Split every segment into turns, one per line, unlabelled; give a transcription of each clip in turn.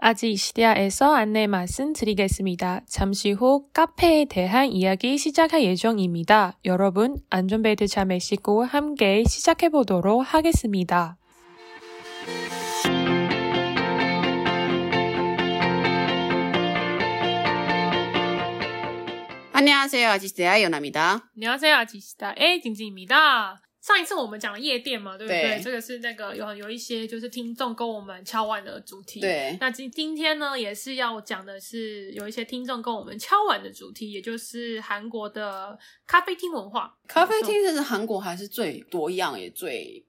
아직 시리아에서 안내 말씀드리겠습니다. 잠시 후 카페에 대한 이야기 시작할 예정입니다. 여러분, 안전벨트 잘 매시고 함께 시작해 보도록 하겠습니다.
안녕하세요. 아지스야 연아입니다.
안녕하세요, 아지시다 A 景景입니다。上一次我们讲了夜店嘛，对不对？
对
这个是那个有有一些就是听众跟我们敲碗的主题。，
对，
那今今天呢也是要讲的是有一些听众跟我们敲碗的主题，也就是韩国的咖啡厅文化。
咖啡厅这是韩国还是最多样也最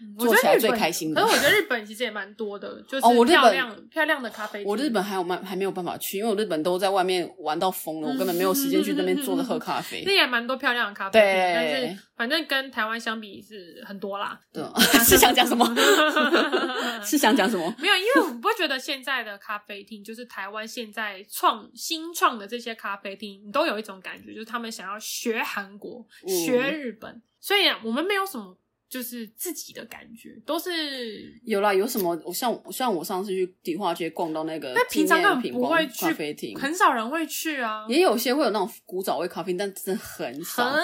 嗯我
做
觉
起来
得日
最
本
开心
可
的
是。我觉得日本其实也蛮多的，就是
哦我日
漂
本
亮漂亮的咖啡厅。
我日本还有蛮还没有办法去，因为我日本都在外面玩到疯 了，我根本没有时间去那边坐着喝咖啡啊
那。也蛮多漂亮的咖啡厅，
对
但是反正跟台湾相比是很多啦。嗯
对，
啊
是想讲 什么？是想讲什么？
没有，因为我不觉得现在的咖啡厅，就是台湾现在创新创的这些咖啡厅，你都有一种感觉，就是他们想要学韩国、
嗯
学日本，所以啊我们没有什么就是自己的感觉，都是
有啦，有什么？我像我像我上次去迪化街逛到那个
那
纪
平常
念
根
品
本不会
光
去
咖啡厅，
很少人会去啊，
也有些会有那种古早味咖啡厅，但真的很少，
很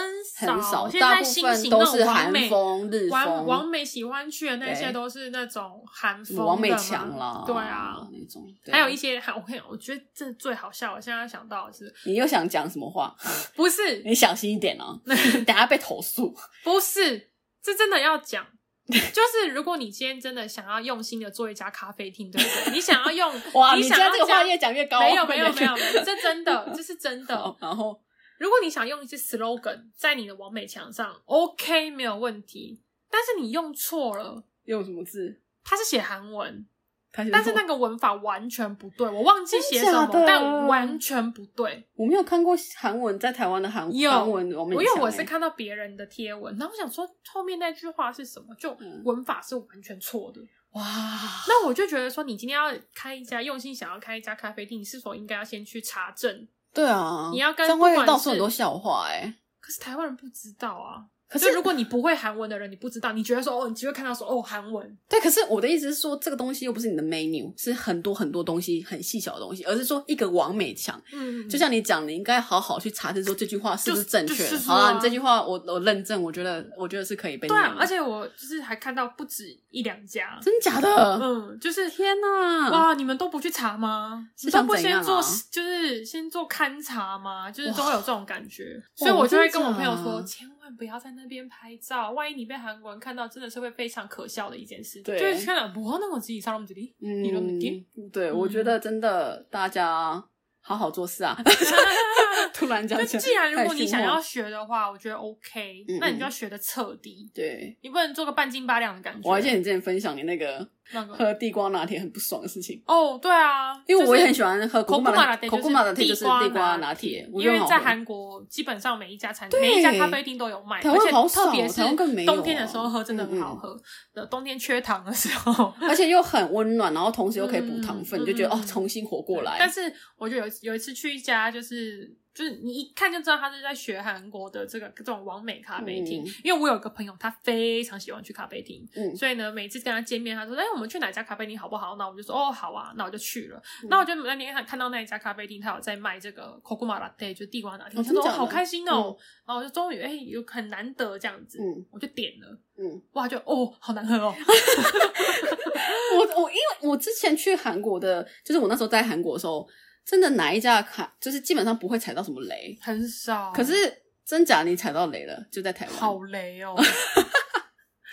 很少，
现
大
在
部
新
分
型
都
那
是
种
韩
完美。
风、日
完
风、
完美喜欢去的那
对
些都是那种韩
什
风的
么
嘛
王美强啦，
对啊，
那种。对
还有一些韩，我跟你讲，我觉得这最好笑。我现在想到的是，
你又想讲什 么话？
不是
你小心一点哦、 等下被投诉。
不是，这真的要讲。就是如果你今天真的想要用心的做一家咖啡厅，对不对？你想要用
哇，你
你
现
想
在
要
这个话
加
越讲越高。
没有 没有没有，没有这真的这是真的
好。然后
如果你想用一些 slogan 在你的完美墙上，OK 没有问题，但是你用错了，
用什么字？
它是写韩文，
他写
但是
什么
那个文法完全不对，我忘记写
真
什
假
么，
的
但完全不对。
我没有看过韩文，在台湾的韩
有
韩文，我们
我因为我是看到别人的贴文，然后我想说后面那句话是什么，就
嗯
文法是完全错的。
哇，
那我就觉得说，你今天要开一家，用心想要开一家咖啡厅，你是否应该要先去查证？
对啊，
你要跟
这样会
不管
到处
是
很多笑话哎、
可是台湾人不知道啊。
可
就是如果你不会韩文的人，你不知道，你觉得说哦，你只会看到说哦韩文，
对，可是我的意思是说，这个东西又不是你的 menu，是很多很多东西很细小的东西，而是说一个王美强。
嗯，
就像你讲，你应该好好去查证说这句话是不是
就
正
就
确。
是
的。
说
好啦，
啊
你这句话我我认证，我觉得我觉得是可以被
对啊
念，的
而且我就是还看到不止一两家，
真 假的？
嗯，就是
天 哪！
哇，你们都不去查吗？
是
你都
想
不
怎样
先
啊
做，就是先做勘察吗？就是都
哇
会有这种感觉，所
哇
以我就会跟我朋友
真假
说，千万不要在那边拍照，万一你被韩国人看到，真的是会非常可笑的一件事。
对
就是看到哇，那我自己上那么几 滴，你都没听。
嗯，对，我觉得真的大家好好做 事啊。突然讲
就
起来，
既然如果你想
太
要
兴
学
奋了
的话，我觉得 OK，
嗯嗯
那你就要学的彻底，
对，
你不能做个半斤八两的感觉。嗯
我还记得你之前分享你那个
那个
喝地瓜拿铁很不爽的事情。
哦，对啊，
因为我也很
喜欢。
喜欢喝
口古
Kokuma
马
拿
拿
铁
铁，
，Kokuma 拿铁就是地瓜拿铁
铁，，
我觉
因
得
为
很好
在
喝
韩国基本上每一家餐
对
每一家咖啡厅都有卖，
台湾
而且
好少
特别是
台湾更没有啊嗯
冬天的时候喝真的很好喝，呃冬天缺糖的时 候。
而且又很温暖，然后同时又可以补糖分，
嗯
你就觉得
嗯
哦，重新活过来。
但是我就有有一次去一家就是。就是你一看就知道他是在学韩国的这个这种完美咖啡厅，
嗯
因为我有个朋友他非常喜欢去咖啡厅，
嗯
所以呢，每次跟他见面，他说：“哎、我们去哪家咖啡厅好不好？”那我就说：“哦，好啊。”那我就去了。那我就那天看看到那一家咖啡厅，他有在卖这个 c o c o m a latte，就是地瓜拿铁。
哦
我想
真的
说：“
假
哦，
的
好开心哦！”然后我就终于哎，有很难得这样子，
嗯
我就点了。
嗯，
哇，就哦，好难喝 哦。
我我因为我之前去韩国的，就是我那时候在韩国的时候，真的哪一家卡就是基本上不会踩到什么雷，
很少，
可是真假你踩到雷了，就在台湾。
好雷 哦。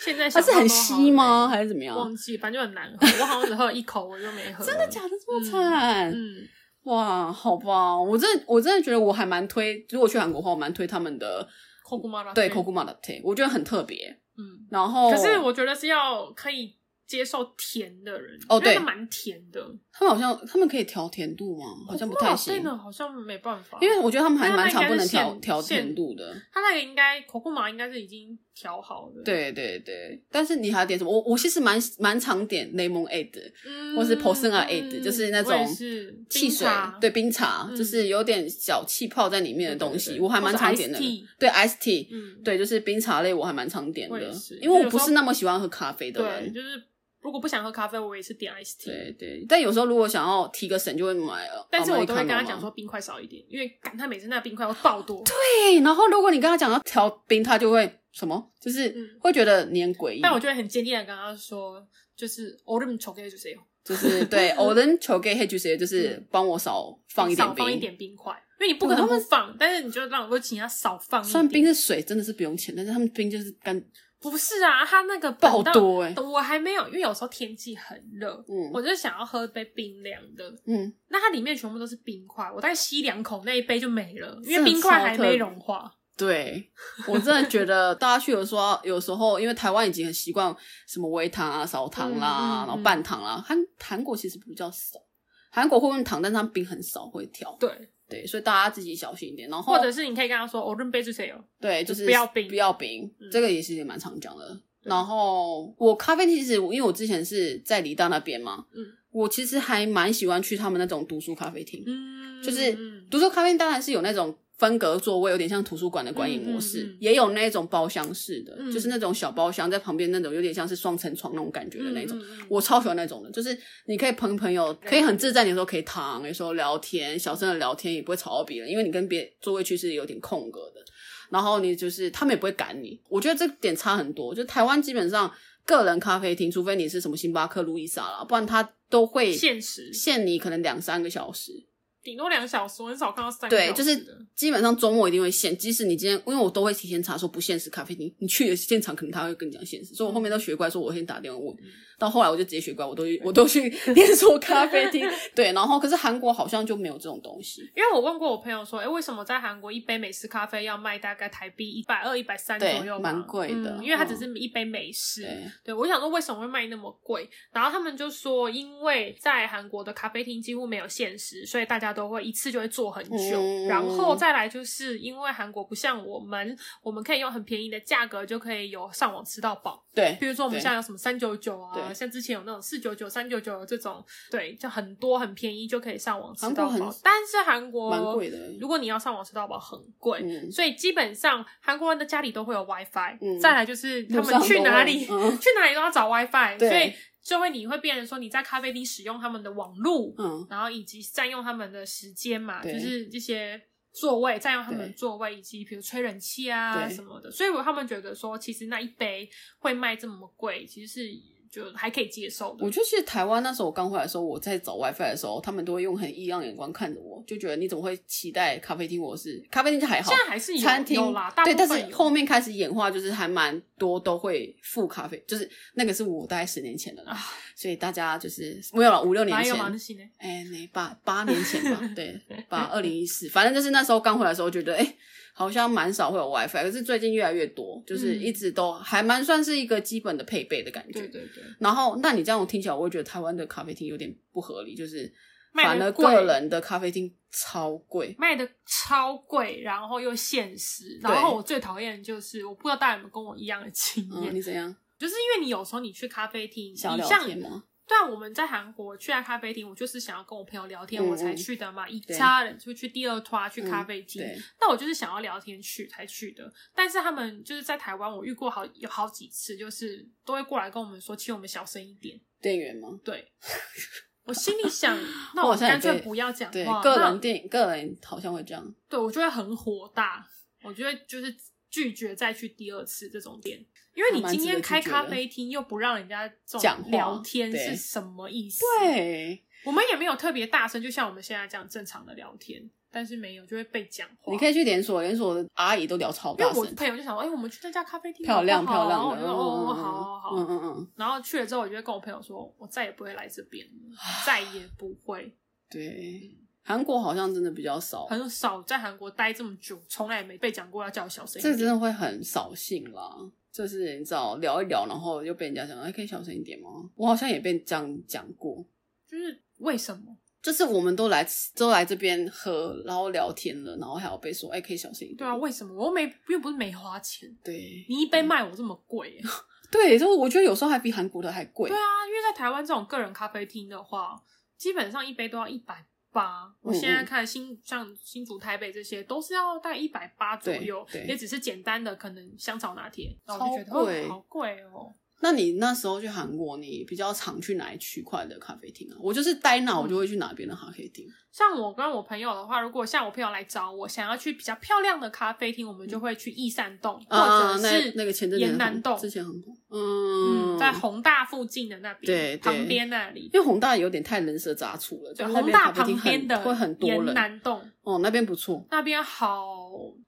现在
它
想
是
到
很
都好
稀吗？
雷？
还是怎么样？
忘记，反正就很难喝。我好像只喝了一口，我就没喝。
真的假的这么惨？
嗯，
哇，好吧，我真的我真的觉得我还蛮推，如果去韩国的话，我蛮推他们的
c o c o m a latte。
对 Kokuma 的 tea，我觉得很特别。
嗯。
然后
可是我觉得是要可以接受甜的人，
哦
因为
对
它蛮甜的，
他们好像他们可以调甜度吗？好像不太行
对。呢，好像没办法，
因为我觉得他们还
那
蛮
那应
常
该
不能
是
调
现
调
现
甜度的。
它那个应该口库玛应该是已经调好的，，
对对对，但是你还点什么？我我其实蛮蛮常点 lemon a 的
嗯，
或是 Posena Aid，
嗯
就是那种
我也是
汽水，对，冰茶，
嗯
就是有点小气泡在里面的
对对
东西，
对
我还蛮常点的
或者 iced tea。
对 ice tea，
冰茶嗯，
对，就是冰茶类，我还蛮常点
我
的
也是，
因为
就
我
有
不
时候
是那么喜欢喝咖啡的
对，
人。
就是。如果不想喝咖啡，我也是点 ice tea。
对对，但有时候如果想要提个神，就会买了。
但是我都会跟他
Americano
讲
嘛
说冰块少一点，因为赶他每次那冰块要爆多。
对，然后如果你跟他讲要调冰，他就会什么，就是
嗯
会觉得你很诡异。
但我就会很坚定的跟他说，就是我认丑给就是
就是 对，我能求给黑橘谁，就是帮我少放一
嗯
点
少
冰，
放一点冰块，因为你不可能不放，但是你就让我请他少放一点。
虽然冰是水，真的是不用钱，但是他们冰就是干
不是啊，他那个
爆
本到
多哎、欸，
我还没有，因为有时候天气很热，
嗯
我就想要喝杯冰凉的。
嗯，
那它里面全部都是冰块，我大概吸两口，那一杯就没了，因
真
为
的
冰块
超
还
特别
没融化。
对我真的觉得大家去有时候有时候，因为台湾已经很习惯什么微糖啊、少糖啦，
嗯嗯嗯
然后半糖啦，韩韩国其实比较少。韩国会用糖，但是他们冰很少会调，
对，
对，所以大家自己小心一点。然后
或者是你可以跟他说，我认杯就谁有。
对，
就
就是
不要冰
不要冰，
嗯
这个也是也蛮常讲的。
对
然后我咖啡厅其实我因为我之前是在梨大那边嘛，
嗯，
我其实还蛮喜欢去他们那种读书咖啡厅。
嗯，
就是
嗯
读书咖啡厅当然是有那种分隔座位，有点像图书馆的观影模式，
嗯嗯嗯
也有那种包厢式的，
嗯
就是那种小包厢在旁边那种有点像是双层床那种感觉的那种。
嗯嗯嗯
我超喜欢那种的，就是你可以朋朋友，可以很自在，有时候可以躺，有时候聊天，小声的聊天也不会吵到别人，因为你跟别座位区是有点空格的。然后你就是他们也不会赶你，我觉得这点差很多。就台湾基本上个人咖啡厅，除非你是什么星巴克、路易莎啦，不然他都会
限时
限你可能两三个小时。
顶多两小时，我很少看到三个
对，
小时
就是
的
基本上周末一定会限，即使你今天，因为我都会提前查说不限时咖啡厅， 你去的现场可能他会跟你讲限时，所以我
嗯
后面都学乖，说我先打电话问，到后来我就直接学乖，我都我都 去连锁咖啡厅，对，然后可是韩国好像就没有这种东西，
因为我问过我朋友说，哎，为什么在韩国一杯美式咖啡要卖大概台币一百二、一百三左
对
右吧，
蛮贵的
嗯因为它只
嗯
是一杯美式。
对，
对，我想说为什么会卖那么贵？然后他们就说，因为在韩国的咖啡厅几乎没有限时，所以大家都会一次就会坐很久。
嗯
然后再来就是因为韩国不像我们，我们可以用很便宜的价格就可以有上网吃到饱。
对
比如说我们
对
现在有什么三九九啊，
对
像之前有那种四九九、三九九这种，对，就很多很便宜就可以上网吃
韩国
到
很
饱。但是韩国
蛮贵的
如果你要上网吃到饱很贵，
嗯
所以基本上韩国人的家里都会有 WiFi，、
嗯
再来就是他
路
们
上
去
都
哪
会
里、
嗯
去哪里都要找 WiFi，
对
所以就会你会变成说你在咖啡厅使用他们的网路，
嗯，
然后以及占用他们的时间嘛，就
对
是这些座位占用他们的
对
座位，以及比如吹冷气啊
对
什么的，所以我他们觉得说，其实那一杯会卖这么贵，其实是就还可以接受的。
我就其实台湾那时候我刚回来的时候，我在找 WiFi 的时候，他们都会用很异样的眼光看着我，就觉得你怎么会期待咖啡厅？我是咖啡厅就还好，
现在还是有
餐厅
有啦，大部
对，
分
但是
有
后面开始演化，就是还蛮多都会付咖啡，就是那个是我大概十年前的啦
啊，
所以大家就是没有了五六年
哪有蛮
前，
新呢？
哎，没八八年前 吧，对，八二零一四，反正就是那时候刚回来的时候，觉得哎，好像蛮少会有 WiFi，可是最近越来越多，就是
嗯
一直都还蛮算是一个基本的配备的感觉。
对对对，
然后，那你这样我听起来，我会觉得台湾的咖啡厅有点不合理，就是
卖得
反而
贵
个人的咖啡厅超贵，
卖的超贵，然后又限时，然
对
后我最讨厌的就是我不知道大家有没有跟我一样的经
嗯，
验，
你怎样？
就是因为你有时候你去咖啡厅，你
想
像
聊天吗？
对啊，我们在韩国去下咖啡厅，我就是想要跟我朋友聊天，
嗯
我才
嗯
去的嘛。一
对嗯
家人就去第二拖去咖啡厅，
对，
但我就是想要聊天去才去的。但是他们就是在台湾，我遇过好有好几次，就是都会过来跟我们说，请我们小声一点。
店员吗？
对，我心里想，那
我
我
好像也
干脆
被
不要讲
对，
话。
个
那
人电影，个人好像会这样。
对我就会很火大，我就会就是拒绝再去第二次这种店，因为你
还蛮
今
值
天
得
开
拒绝
咖
的
啡厅又不让人家这
讲
种
话
聊天
对
是什么意思？，
对，
我们也没有特别大声，就像我们现在这样正常的聊天，但是没有就会被讲话。
嗯你可以去连锁，连锁的阿姨都聊超
因为
大
我
声，
朋友就想说，哎、我们去那家咖啡厅
漂亮
好不
漂
好
亮的，
然后我就说，哦，好好好。
嗯嗯嗯，
然后去了之后，我就会跟我朋友说，我再也不会来这边 了，再也不会。
对。韩国好像真的比较少，
嗯很少在韩国待这么久，从来也没被讲过要叫我小声一
这
点。
真的会很扫兴啦。就是你知道聊一聊，然后又被人家讲，哎，可以小声一点吗？我好像也被这样讲过，
就是为什么？
就是我们都来吃都来这边喝，然后聊天了，然后还要被说，哎，可以小声一点。
对啊，为什么？我又没又不是没花钱，
对
你一杯卖我这么 贵、欸？
对，就是我觉得有时候还比韩国的还贵。
对啊，因为在台湾这种个人咖啡厅的话，基本上一杯都要一百八。我
嗯
现在看新像新竹、台北这些都是要大概一百八左右，
对对
也只是简单的可能香草拿铁，然后我就觉得
超贵
哦好贵哦。
那你那时候去韩国，你比较常去哪一区块的咖啡厅啊？我就是待哪，我就
嗯
会去哪边的咖啡厅。
像我跟我朋友的话，如果像我朋友来找我，想要去比较漂亮的咖啡厅，我们就会去益善洞，
嗯啊，
或者
那
是
那个前阵子
延南洞，
之前很红，
嗯，
嗯，
在宏大附近的那
对对
边，旁边那里，
因为宏大有点太人蛇杂处了，
对，
就是那
宏
边
大
咖啡
旁
厅
边
很
的
会很多
延
人，
南洞
哦，那边不错，
那边好，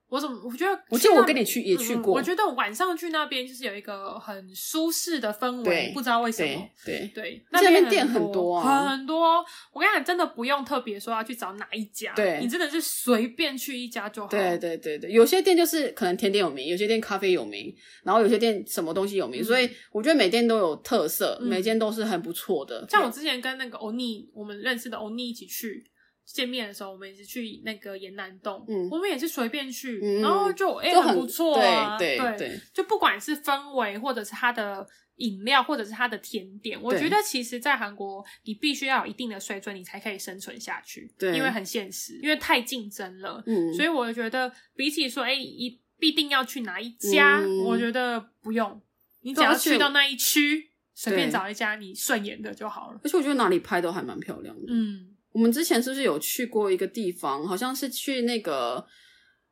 我怎么我觉得，嗯
我记得我跟你去也去过
我觉得晚上去那边就是有一个很舒适的氛
对
围，不知道为什么
对。对。
对，
而且
那
那边
很
店很多
多
啊
很多。我跟你讲，真的不用特别说要去找哪一家，
对
你真的是随便去一家就好。
对对对对，有些店就是可能甜点有名，有些店咖啡有名，然后有些店什么东西有名，
嗯
所以我觉得每店都有特色，
嗯
每间都是很不错的。
像我之前跟那个欧尼，我们认识的欧尼一起去见面的时候，我们也是去那个沿南洞，
嗯
我们也是随便去，
嗯
然后就哎、
就
很不错啊，
对
对
对对
就不管是氛围，或者是它的饮料，或者是它的甜点，我
对
觉得其实，在韩国你必须要有一定的水准，你才可以生存下去，
对
因为很现实，因为太竞争了，
嗯，
所以我觉得比起说哎一、必定要去哪一家，
嗯
我觉得不用，你只
对
要
而且
去到那一区。随便
对
找一家你顺眼的就好了。
而且我觉得哪里拍都还蛮漂亮的。
嗯，
我们之前是不是有去过一个地方？好像是去那个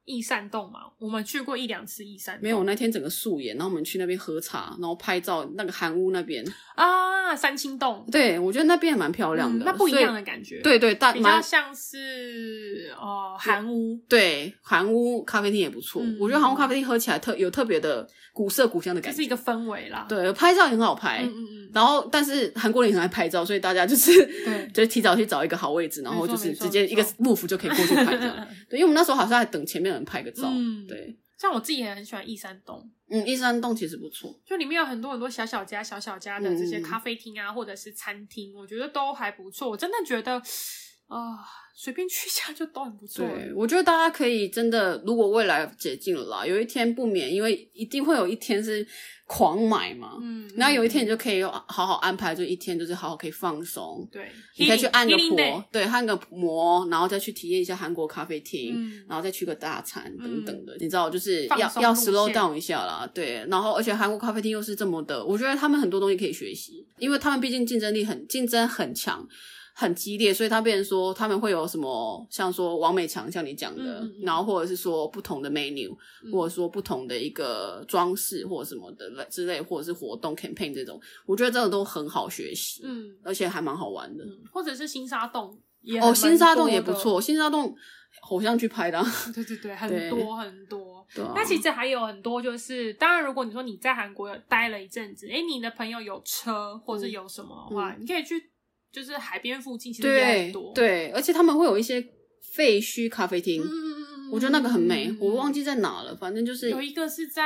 益善洞嘛，我们去过一两次益善洞，
没有，那天整个素颜，然后我们去那边喝茶，然后拍照那个韩屋那边。
啊，三清洞，
对，我觉得那边也蛮漂亮的，
嗯那不一样
所
的
以。
感觉，，
对对，大
比较
啊蛮
像是哦韩屋，
对韩屋咖啡厅也不错。
嗯
我觉得韩屋咖啡厅喝起来特有特别的古色古香的
这
感
是一
觉。
个氛围啦。，
对，拍照也很好拍。
嗯嗯嗯，
然后，但是韩国人也很爱拍照，所以大家就是
对
就是提早去找一个好位置，然后
没错
就是
没错
直接一个
没错
move 就可以过去拍这样。 对，因为我们那时候好像还等前面的人拍个照。
嗯
对，
像我自己也很喜欢益善洞，
嗯，一山洞其实不错。
就里面有很多很多小小家、小小家的这些
嗯
咖啡厅啊，或者是餐厅，我觉得都还不错。我真的觉得啊，随便去一下就都很不错。
对，我觉得大家可以真的，如果未来解禁了啦，有一天不免，因为一定会有一天是狂买嘛。
嗯，
然后有一天你就可以好好安排，就一天就是好好可以放松，
嗯对，
你可以去
Healing-
按个
Healing Day
摩，对，按个摩，然后再去体验一下韩国咖啡厅，
嗯，
然后再去个大餐等
嗯
等的，你知道，就是
放
要
松
要
路
slow
线
down 一下啦，对。然后，而且韩国咖啡厅又是这么的，我觉得他们很多东西可以学习，因为他们毕竟竞争力很竞争很强。很激烈，所以他变成说他们会有什么，像说王美强，像你讲
嗯
的，
嗯嗯
然后或者是说不同的 menu，、
嗯
或者说不同的一个装饰或者什么的之类，或者是活动 campaign 这种，我觉得这个都很好学习，
嗯
而且还蛮好玩的。
嗯，或者是新沙洞也
哦，
还
新
蛮
沙洞
多
也不
的
错，新沙洞偶像剧拍的啊、
对对对，很
对
多很多。
对啊
那其实还有很多，就是当然，如果你说你在韩国有待了一阵子，哎，你的朋友有车或是有什么的话，你可以去就是海边附近，其实也
嗯对
很多。，
对，而且他们会有一些废墟咖啡厅，
嗯嗯嗯嗯，
我觉得那个很美，我忘
记
记在哪了，反正就是
有一个是在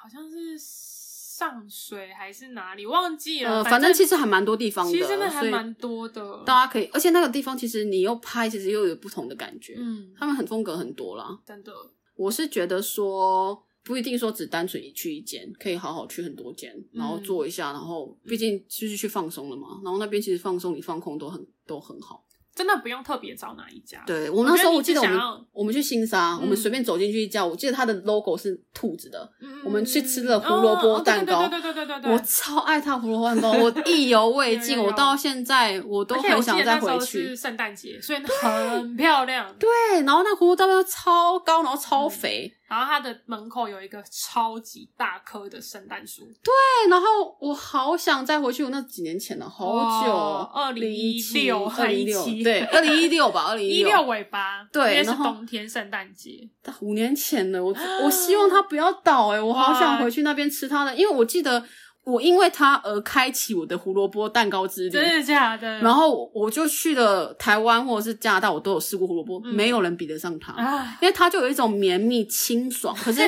好像是上水还是哪里，忘记了。
呃，
反
反正其实还蛮多地方的，
其实真的还
所以
蛮多的。
大家可以，而且那个地方其实你又拍，其实又有不同的感觉，
嗯，
他们很风格很多啦。
真的，
我是觉得说。不一定说只单纯一去一间，可以好好去很多间，然后
嗯
做一下，然后毕竟就是去放松了嘛。然后那边其实放松，你放空都很都很好。
真的不用特别找哪一家。
对我那时候我记得我
我觉得你只想
们
要
我们去新沙，
嗯
我们随便走进去一家，我记得它的 logo 是兔子的，
嗯，嗯
我们去吃
嗯
了胡萝卜
哦哦对
蛋糕
对对对对对对对，
我超爱它胡萝卜蛋糕， 我意犹未
有
尽，
有有
我到现在我都
而且我
很
记得
想
那
再
时候
回
是
去。
圣诞节，所以很漂亮。对，
对，然后那胡萝卜蛋糕超高，然后
嗯
超肥，
然后它的门口有一个超级大棵的圣诞树，
对，然后我好想再回去，我那几年前了，好久
哦，2016
二零一六，
2017
对，二零一六吧，二零
一六
六，
尾巴，
对
因为是
然后
冬天圣诞节，
五年前 了，我我希望它不要倒哎、欸我好想
哇
回去那边吃它的，因为我记得我因为它而开启我的胡萝卜蛋糕之旅，
真的假的？
然后我我就去了台湾或者是加拿大，我都有试过胡萝卜，
嗯
没有人比得上它，
啊，
因为它就有一种绵密清爽，可是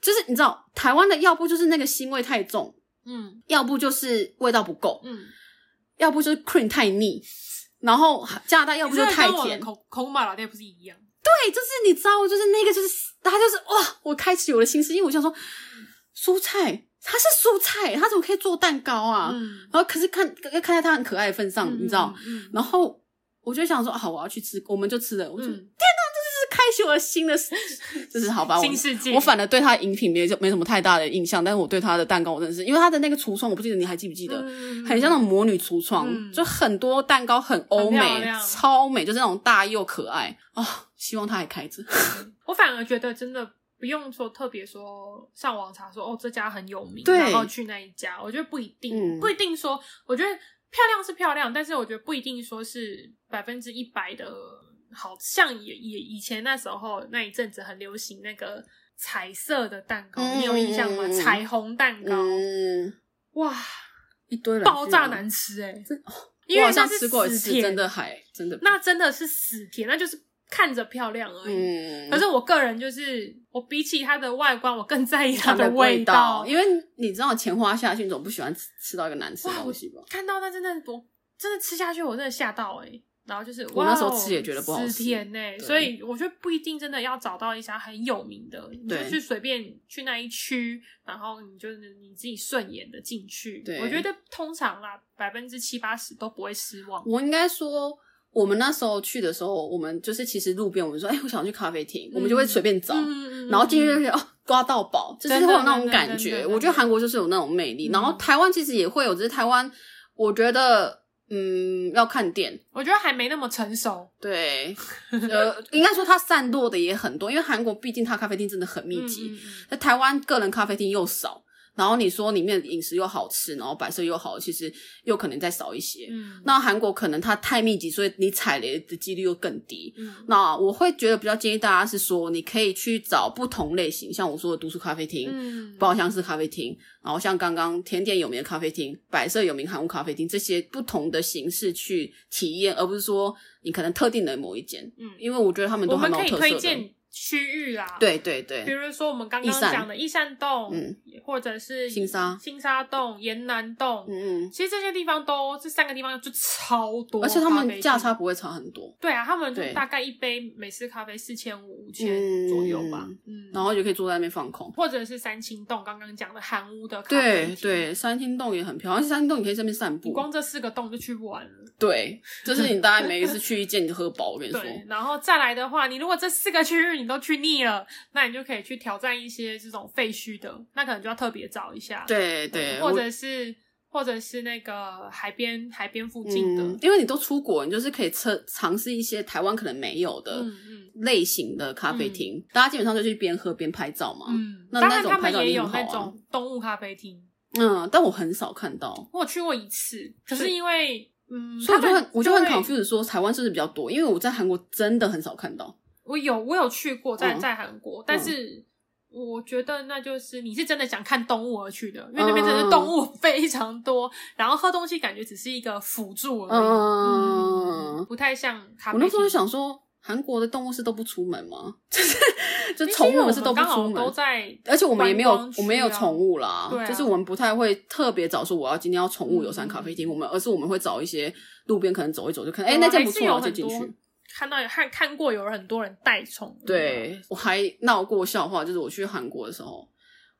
就是你知道，台湾的要不就是那个腥味太重，
嗯
要不就是味道不够，
嗯，
要不就是 cream 太腻，然后加拿大要不就是太
你这个跟我的
甜。
口口马老爹不是一样？
对，就是你知道，就是那个就是它就是哇，我开启我的新世界，因为我想说蔬菜。它是蔬菜，它怎么可以做蛋糕啊？
嗯，
然后可是看看在它很可爱的份上，
嗯
你知道，，
嗯嗯嗯
然后我就想说，啊好，我要去吃，我们就吃了。我就、
嗯
开启我新的， 就是好吧，我
新世界，
我反而对它的饮品没没什么太大的印象，但是我对它的蛋糕，我真的是因为它的那个橱窗，我不记得你还记不记得，
嗯
很像那种魔女橱窗，
嗯
就很多蛋糕很欧美
很漂亮
超美，就是那种大又可爱啊、希望它还开着。
我反而觉得真的不用说特别说上网查说哦这家很有名，
对
然后去那一家，我觉得不一定，
嗯
不一定说，我觉得漂亮是漂亮，但是我觉得不一定说是百分之一百的好，像也也以前那时候那一阵子很流行那个。彩色的蛋糕，
嗯
你有印象吗？
嗯嗯
彩虹蛋糕，
嗯，
哇，
一堆人
爆炸难吃哎、
真
因为
哦我
那
好像
是
吃过一
死
次，
甜
真的还真的，
那真的是死甜，那就是看着漂亮而已。
嗯，
可是我个人就是，我比起它的外观，我更在意
它
的
的味
道。
因为你知道钱花下去，你总不喜欢吃吃到一个难吃的
哇
东西吧？
看到那真的，我真的吃下去，我真的吓到哎、然后就是
我
哇
那时候
哦
吃也觉得不好吃
死甜呢、
对
所以我觉得不一定真的要找到一家很有名的，你就
对
去随便去那一区，然后你就是你自己顺眼的进去。
对
我觉得通常啦，百分之七八十都不会失望。
我应该说，我们那时候去的时候，我们就是其实路边我们说，哎、我想去咖啡厅，我们就会随便找，
嗯
然后进去就觉得哦，刮到宝，就是
真的
会有那种
真的
感
真的
觉。
真的
我觉得韩国就是有那种魅力，
嗯
然后台湾其实也会有，只是台湾我觉得嗯要看店。
我觉得还没那么成熟。
对，呃，应该说它散落的也很多，因为韩国毕竟它咖啡厅真的很密集，
嗯嗯
那台湾个人咖啡厅又少，然后你说里面饮食又好吃，然后摆设又好，其实又可能再少一些。
嗯，
那韩国可能它太密集，所以你踩雷的几率又更低。
嗯
那我会觉得比较建议大家是说，你可以去找不同类型，像我说的读书咖啡厅、
嗯
包厢式咖啡厅，然后像刚刚甜点有名的咖啡厅、摆设有名韩屋咖啡厅这些不同的形式去体验，而不是说你可能特定的某一间，
嗯，
因为我觉得他们
我
都还
们
蛮
可
有
以
特色
推
的。
荐区域啦，，
对对
比
对，
如说我们刚
益
刚
善
讲的益善洞，
嗯，
或者是
新沙
新沙洞、延南洞，
嗯嗯，
其实这些地方都这三个地方就超多，
而且他们价差。不会差很多，
对啊，他们就
对
大概一杯美式咖啡四千五、五千左右吧，嗯，
然后就可以坐在那边放空。
或者是三清洞，刚刚讲的韩屋的咖啡
对
厅，
对，三清洞也很漂亮，而且三清洞你可以在那边散
你
步。
光这四个洞就去玩了，
对，就是你大概每一次去一间你就喝饱，我跟你说。
对，然后再来的话，你如果这四个区域你都去腻了，那你就可以去挑战一些这种废墟的，那可能就要特别找一下，
对对，
或
我
者是或者是那个海边海边附近的，
嗯，因为你都出国，你就是可以测尝试一些台湾可能没有的
嗯嗯
类型的咖啡厅，大家基本上就是边喝边拍照嘛。
嗯，
那
当
那
然
种
他
拍
们
照
也
一定
有
好
那
啊
种动物咖啡厅，
嗯，但我很少看到，
我有去过一次，可
所
是
以
因为嗯，
所以我就
他们
很我就很
会
confused 说台湾是不是比较多？因为我在韩国真的很少看到。
我有我有去过在，在、
嗯
韩国，但
嗯
是我觉得那就是你是真的想看动物而去的，因为那边真的动
嗯
物 非常多，然后喝东西感觉只是一个辅助而已，
嗯
嗯不太像咖啡
我
厅。
那时候就想说，韩国的动物是都不出门吗？ 就是就
其实
宠
我
物
们
是都不
刚好
出门，
都在，
而且我们也没有，我们
没
也有宠。物啦，
对啊
就是我们不太会特别找说我要今天要宠物友善咖啡厅，
嗯
我们而是我们会找一些路边可能走一走就看，
有
哎、
啊
那间不
还是
错，
有
然后就
很
进
多嗯
去。
看到有看看过有很多人带宠物，，
对，我还闹过笑话，就是我去韩国的时候，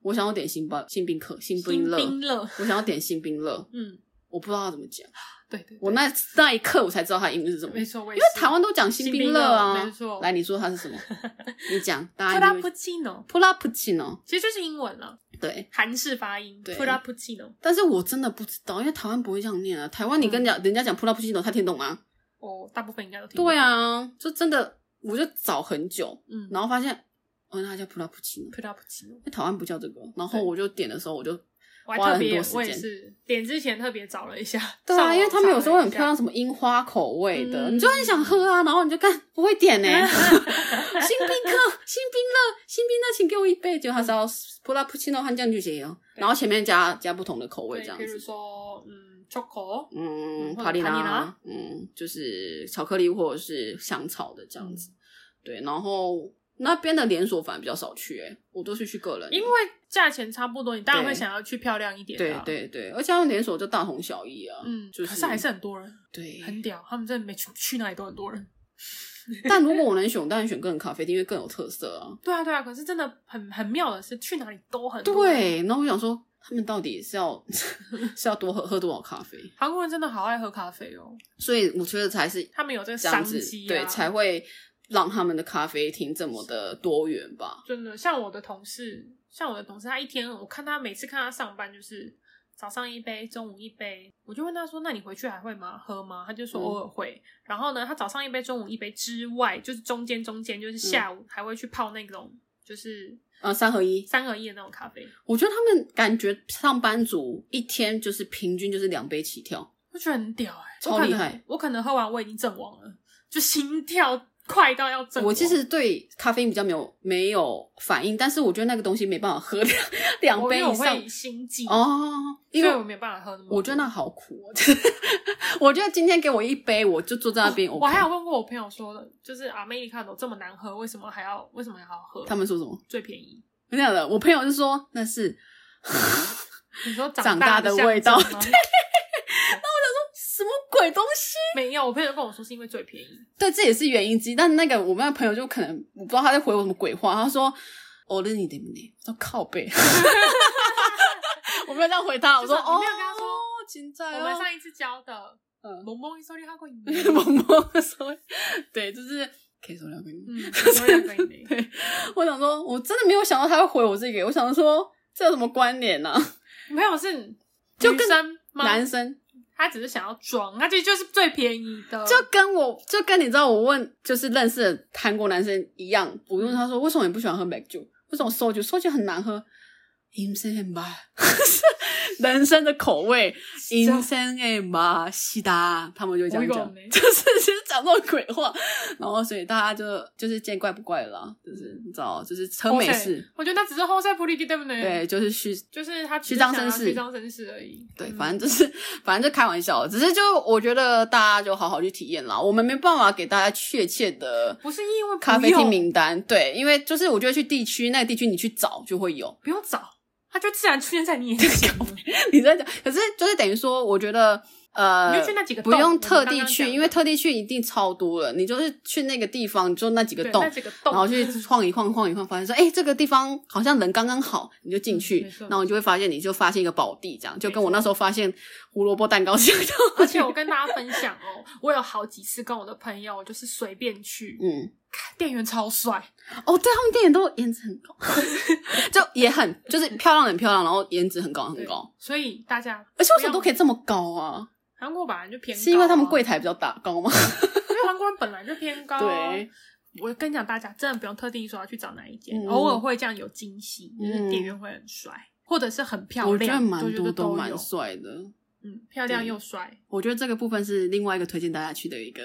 我想要点星巴星冰客星
冰
冰乐，
冰乐，
我想要点星冰乐，
嗯，
我不知道它怎么讲，
对对，
我那那一刻我才知道它英文是什么，
没
因
错，因
为台湾都讲星
星
冰乐
冰乐
啊，
没错
来你说它 是什么？你讲，大
普
家
拉
一定
普
会
基诺，
普拉普奇呢？
其实就是英文了，
对，
韩式发音，
对
普拉普基诺。
但是我真的不知道，因为台湾不会这样念啊。台湾你跟
嗯
人家、人家讲普拉普西诺，他听懂吗？
哦，大部分应该都听过
对，啊，就真的，我就找很久，
嗯，
然后发现，哦，那它叫普拉普西诺，
葡萄不起
因为台湾不叫这个。然后
对
我就点的时候，我就
我还
花了
特
很
别
多时，间
我也是点之前特别找了一下，
对
上
啊，
网
因为他们有时候很漂
查了
亮，
一下。
什么樱花口味的，
嗯
你就很想喝啊，然后你就看不会 点呢、新宾客，新宾乐，新宾乐，请给我一杯。结果他是要普拉普西诺和酱就结哦，
对
然后前面加加不同的口味
对
这样
比如
子。
说嗯，choco，
嗯，
或者
帕丽
帕丽
拉
拉，
嗯，就是巧克力或者是香草的这样子。
嗯
对，然后那边的连锁反而比较少去、欸，我都是去个人。
因为价钱差不多，你当然
对
会想要去漂亮一点的
对
啊。
对对，而且他们连锁就大同小异啊。
嗯，
就是
可是还是很多人，
对。
很屌，他们真的没去去哪里都很多人。
但如果我能选，我当然选个人咖啡店，因为更有特色啊。
对啊，对啊，可是真的很很妙的是，去哪里都很多人。
对，然后我想说，他们到底是要 是要多喝喝多少咖啡？
韩国人真的好爱喝咖啡哦，
所以我觉得才是
他们有这个
这
商
样子，
机、啊，
对，才会让他们的咖啡厅这么的多元吧。
真的，像我的同事，像我的同事，他一天，我看他每次看他上班就是早上一杯，中午一杯，我就问他说：“那你回去还会吗？喝吗？”他就说
嗯
偶尔会。然后呢，他早上一杯，中午一杯之外，就是中间中间
嗯
就是下午还会去泡那种就是
呃，三合一，
三合一的那种咖啡，
我觉得他们感觉上班族一天就是平均就是两杯起跳，
我觉得很屌哎、
超厉害
我可能！我可能喝完我已经阵亡了，就心跳快到要阵亡。
我其实对咖啡因比较没有没有反应，但是我觉得那个东西没办法喝两两
我
杯
因为
以
我
上
会心悸，
哦，因
因为
为
我没有办法喝那么多。
我觉得那好苦、哦， 我觉得今天给我一杯，我就坐在那边。
哦我还有
有
问过我朋友说的，就是阿美利卡都这么难喝，为什么还要为什么还要喝？
他们说什么？
最便宜。
真的，我朋友就说那是
你说
长
大
大的味道
象征吗
什么鬼东西？
没有，我朋友跟我说是因为最便宜。
对，这也是原因之一。但那个我们的朋友就可能我不知道他在回我什么鬼话，他说我认你的不呢？我说靠背， 我没有这样回 他，我
就
说
是你
哦
没有跟他说，
现在
我
哦
们上一次教的，
嗯
萌萌一手里喝过饮
萌萌说，对，就是可以说两个
嗯，我两个饮料
对，我想说，我真的没有想到他会回我这个，我想说这有什么关联呢、啊？
你朋友是
就
女
跟
生吗？
男生
他只是想要装，他这就是最便宜的。
就跟我就跟你知道我问就是认识的韩国男生一样，我问他说为什么你不喜欢喝白酒？为什么烧酒？烧酒很难喝。人生很吧， 人生的口味，人生很吧，是的，他们就会这样
我
讲
懂，欸
就是就是讲这种鬼话，然后所以大家就就是见怪不怪了啦，就是你知道，就是喝美式，
我觉得那只是后塞普利蒂，对不对？
对，，就是虚
就是他只
虚
是
张
想
声
要虚
势
张声势而已。
对，
嗯
反正就是， 反正就开玩笑，只是就我觉得大家就好好去体验啦。我们没办法给大家确切的，
不是因为不
咖啡厅
用
名单，对，因为就是我觉得去地区那个地区你去找就会 有。
不用找，他就自然出现在你眼 前了。
你在讲，可是就是等于说，我觉得呃，
你就去那几个
不
洞我
用
们
特
刚
地
刚
去，
讲
因
的
为特地去一定超多了。你就是去那个地方，就那几个
对，
洞
那。几个洞，
然后去晃一晃，晃一晃，发 现说，哎、这个地方好像人刚刚好，你就进
嗯
去
没，错
然后你就会发现，你就发现一个宝地，这样就
没
跟我那
错
时候发现胡萝卜蛋糕是一样。
而且我跟大家分享哦，我有好几次跟我的朋友就是随便去，
嗯，
看店员超帅，
哦，对他们店员都颜值 很高，就也很就是漂亮很漂亮，然后颜值很高很
对
高，，
所以大家
而且为什么都可以这么高啊？
韩国本来就偏高啊、
是因为他们柜台比较大高 吗？
因为韩国人本来就偏高、啊。
对，
我跟你讲，大家真的不用特地说要去找哪一间，
嗯
偶尔会这样有惊喜，就是
嗯
店员会很帅，或者是很漂
我觉得
亮，
蛮
就
多
都
都
有
蛮，帅的。
嗯，漂亮
对
又帅。
我觉得这个部分是另外一个推荐大家去的 一个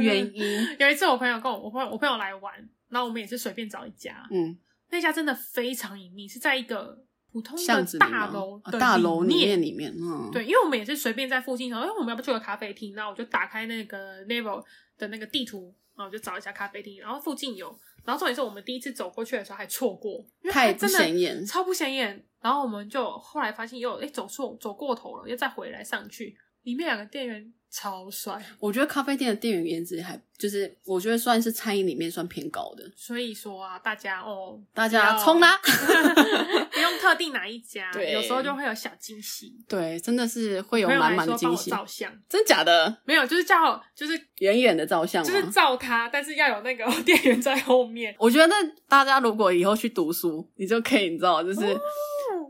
原因。
有一次我朋友跟我，我朋友我朋友来玩，然后我们也是随便找一家，
嗯，
那家真的非常隐秘，是在一个普通
巷子
的
里
大
吗
楼
啊
的
大楼
里
里面里面，嗯，，
对，因为我们也是随便在附近想说，哎，我们要不去个咖啡厅？然后我就打开那个 Level 的那个地图，然后我就找一下咖啡厅，然后附近有。然后重点是我们第一次走过去的时候还错过，因为它
太不
真
显
的
眼。
超不显眼。然后我们就后来发现又哎走错走过头了，又再回来上去，里面两个店员超帅，
我觉得咖啡店的店员颜值还就是，我觉得算是餐饮里面算偏高的。
所以说啊，大家哦，
大
不
家
要
冲啦
不用特定哪一家，
对
有时候就会有小惊喜。
对，真的是会有
朋友
满
来
满的
说帮
惊
我
喜。
照相，
真假的？
没有，就是叫我就是
远远的照相
就
吗？
是照他，但是要有那个 店员在后面。
我觉得大家如果以后去读书，你就可以，你知道，就是、
哦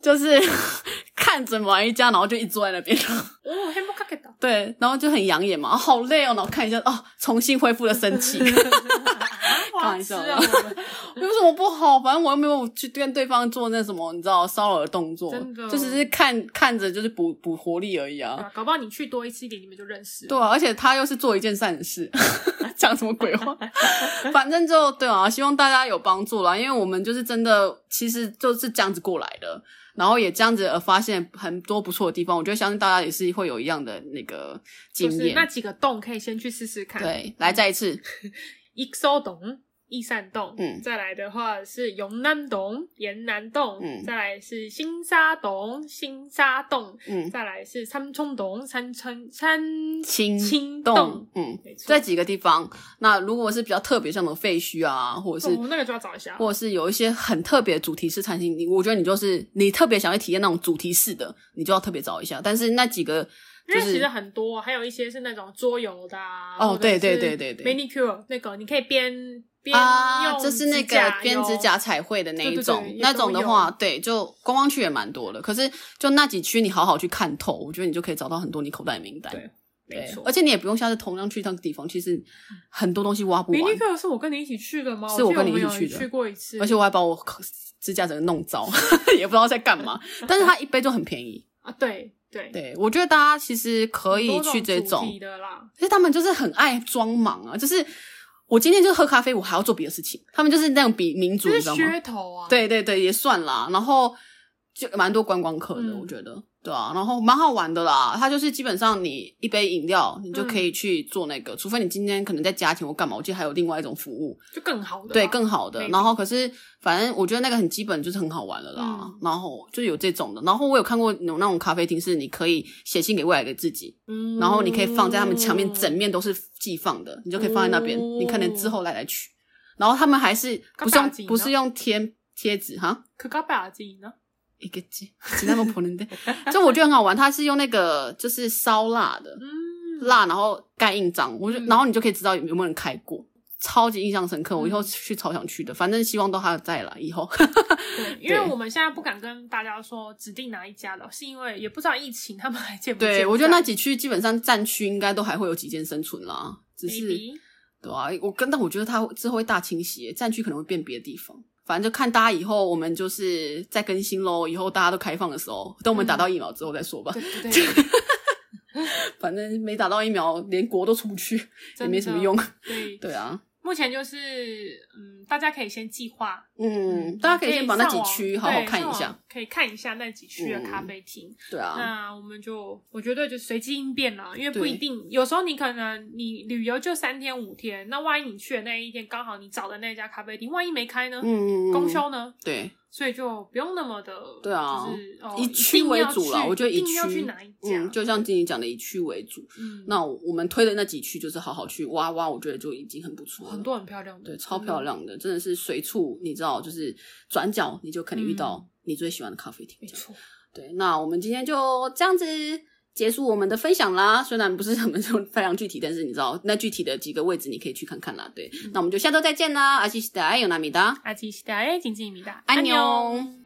就是 看着某一家，然后就一直坐在那边，
哦，黑猫卡给到，
对，然后就很养眼嘛，啊好累哦，然后看一下，哦，重新恢复了生气，
开
开玩笑
啊！
有什么不好？反正我又没有去跟对方做那什么，你知道骚扰的动作，
真的
就只是看看着就是补补活力而已
我
啊。
们搞不好你去多一次一点，你们就认识了。
对啊，而且他又是做一件善事， 讲什么鬼话？ 反正就对啊，希望大家有帮助啦，因为我们就是真的，其实就是这样子过来的，然后也这样子而发现很多不错的地方，我觉得相信大家也是会有一样的那个经
就是
验。
那几个洞可以先去试试看。
对，来再一次，
一艘洞、益善洞，
嗯
再来的话是永南洞、延南洞，
嗯
再来是新沙洞、新沙洞，
嗯，
再来是三冲洞、三冲三
青
青
动
洞，，
嗯，
没错哦
这几个地方，那如果是比较特别，像什么废墟啊，或者是
哦那个就要找一下
或者是有一些很特别的主题式餐厅，你我觉得你就是你特别想要体验那种主题式的，你就要特别找一下。但是那几个
因为
就是
其实很多，还有一些是那种桌游的啊。
哦
或者
对
是
对对对对
manicure 那个你可以边边
啊，
用
就是那
指甲
个
油
编指甲彩绘的那一种，
对对对
那种的话
也都有，
对，就观光区也蛮多的。可是就那几区，你好好去看透，我觉得你就可以找到很多你口袋的名单。
对没
对
错，
而且你也不用像是同样去一趟地方，其实很多东西挖不完。
manicure 是我跟你一起去的吗？
是我
记得
跟你
们
一
有
起去的
去过一次，
而且我还把我指甲整个弄糟， 也不知道在干嘛。但是它一杯就很便宜。
啊，对对，
对，我觉得大家其实可
很
以
多
去这
种主
种
题，的啦，
可是他们就是很爱装忙啊，就是我今天就喝咖啡，我还要做别的事情。他们就是那种比民族，
就
你
是
知道吗？
噱头啊。，
对对对，也算啦。然后就蛮多观光客的，
嗯
我觉得，对啊，然后蛮好玩的啦。它就是基本上你一杯饮料，你就可以去做那个，除非你今天可能在加钱或干嘛。我记得还有另外一种服务，
就更好的，
对，更好的。
maybe
然后可是反正我觉得那个很基本，就是很好玩的啦。
嗯
然后就有这种的，然后我有看过有那种咖啡厅，是你可以写信给未来的自己，
嗯
然后你可以放在他们墙面整面都是寄放的，你就可以放在那边，
哦
你可能之后来来取。然后他们还是不是
干嘛
用
寄呢
不是用贴贴纸哈，
可高百尔基呢？
一个字，只那么不能的，就我觉得很好玩。它是用那个就是烧蜡的
嗯，
蜡，然后盖印章，我就
嗯
然后你就可以知道有没有人开过，超级印象深刻。我以
嗯
后去超想去的，反正希望都还有再来以后。
对，因为我们现在不敢跟大家说指定哪一家了，是因为也不知道疫情他们还健不健在。
对，我觉得那几区基本上战区应该都还会有几间生存啦，只是
maybe
对啊，我跟但我觉得它之后会大清洗耶，战区可能会变别的地方。反正就看大家以后，我们就是再更新喽。以后大家都开放的时候，等我们
嗯
打到疫苗之后再说吧。
对对对，
反正没打到疫苗，连国都出不去，也
真的
没什么用。
对
对啊，
目前就是，嗯，大家可以先计划，
嗯，大家可以先把那几
上网
区好好
对
看一
上
下
网。可以看一下那几区的
嗯
咖啡厅。
对啊，
那我们就，我觉得就随机应变啦，因为不
对
一定，有时候你可能你旅游就三天五天，那万一你去的那一天刚好你找的那家咖啡厅，万一没开呢？
嗯，
公休呢？
对，
所以就不用那么的，
对啊
就是哦，
以区为主啦。我觉得以
一定要去
区
哪一，家？
嗯，就像经理讲的，以区为主。
嗯，
那我们推的那几区就是好好去挖挖，我觉得就已经很不错了。
很多很漂亮的，嗯
对，超漂亮的，真的是随处你知道，就是转角你就可能遇到你最喜欢的咖啡厅
真的，没
这样。
错，
对，那我们今天就这样子结束我们的分享啦。虽然不是什么就非常具体，但是你知道那具体的几个位置你可以去看看啦。对，那我们就下周再见啦，阿西西的爱有纳米达，
哎阿基西达诶，金金米达，
安妞
安妞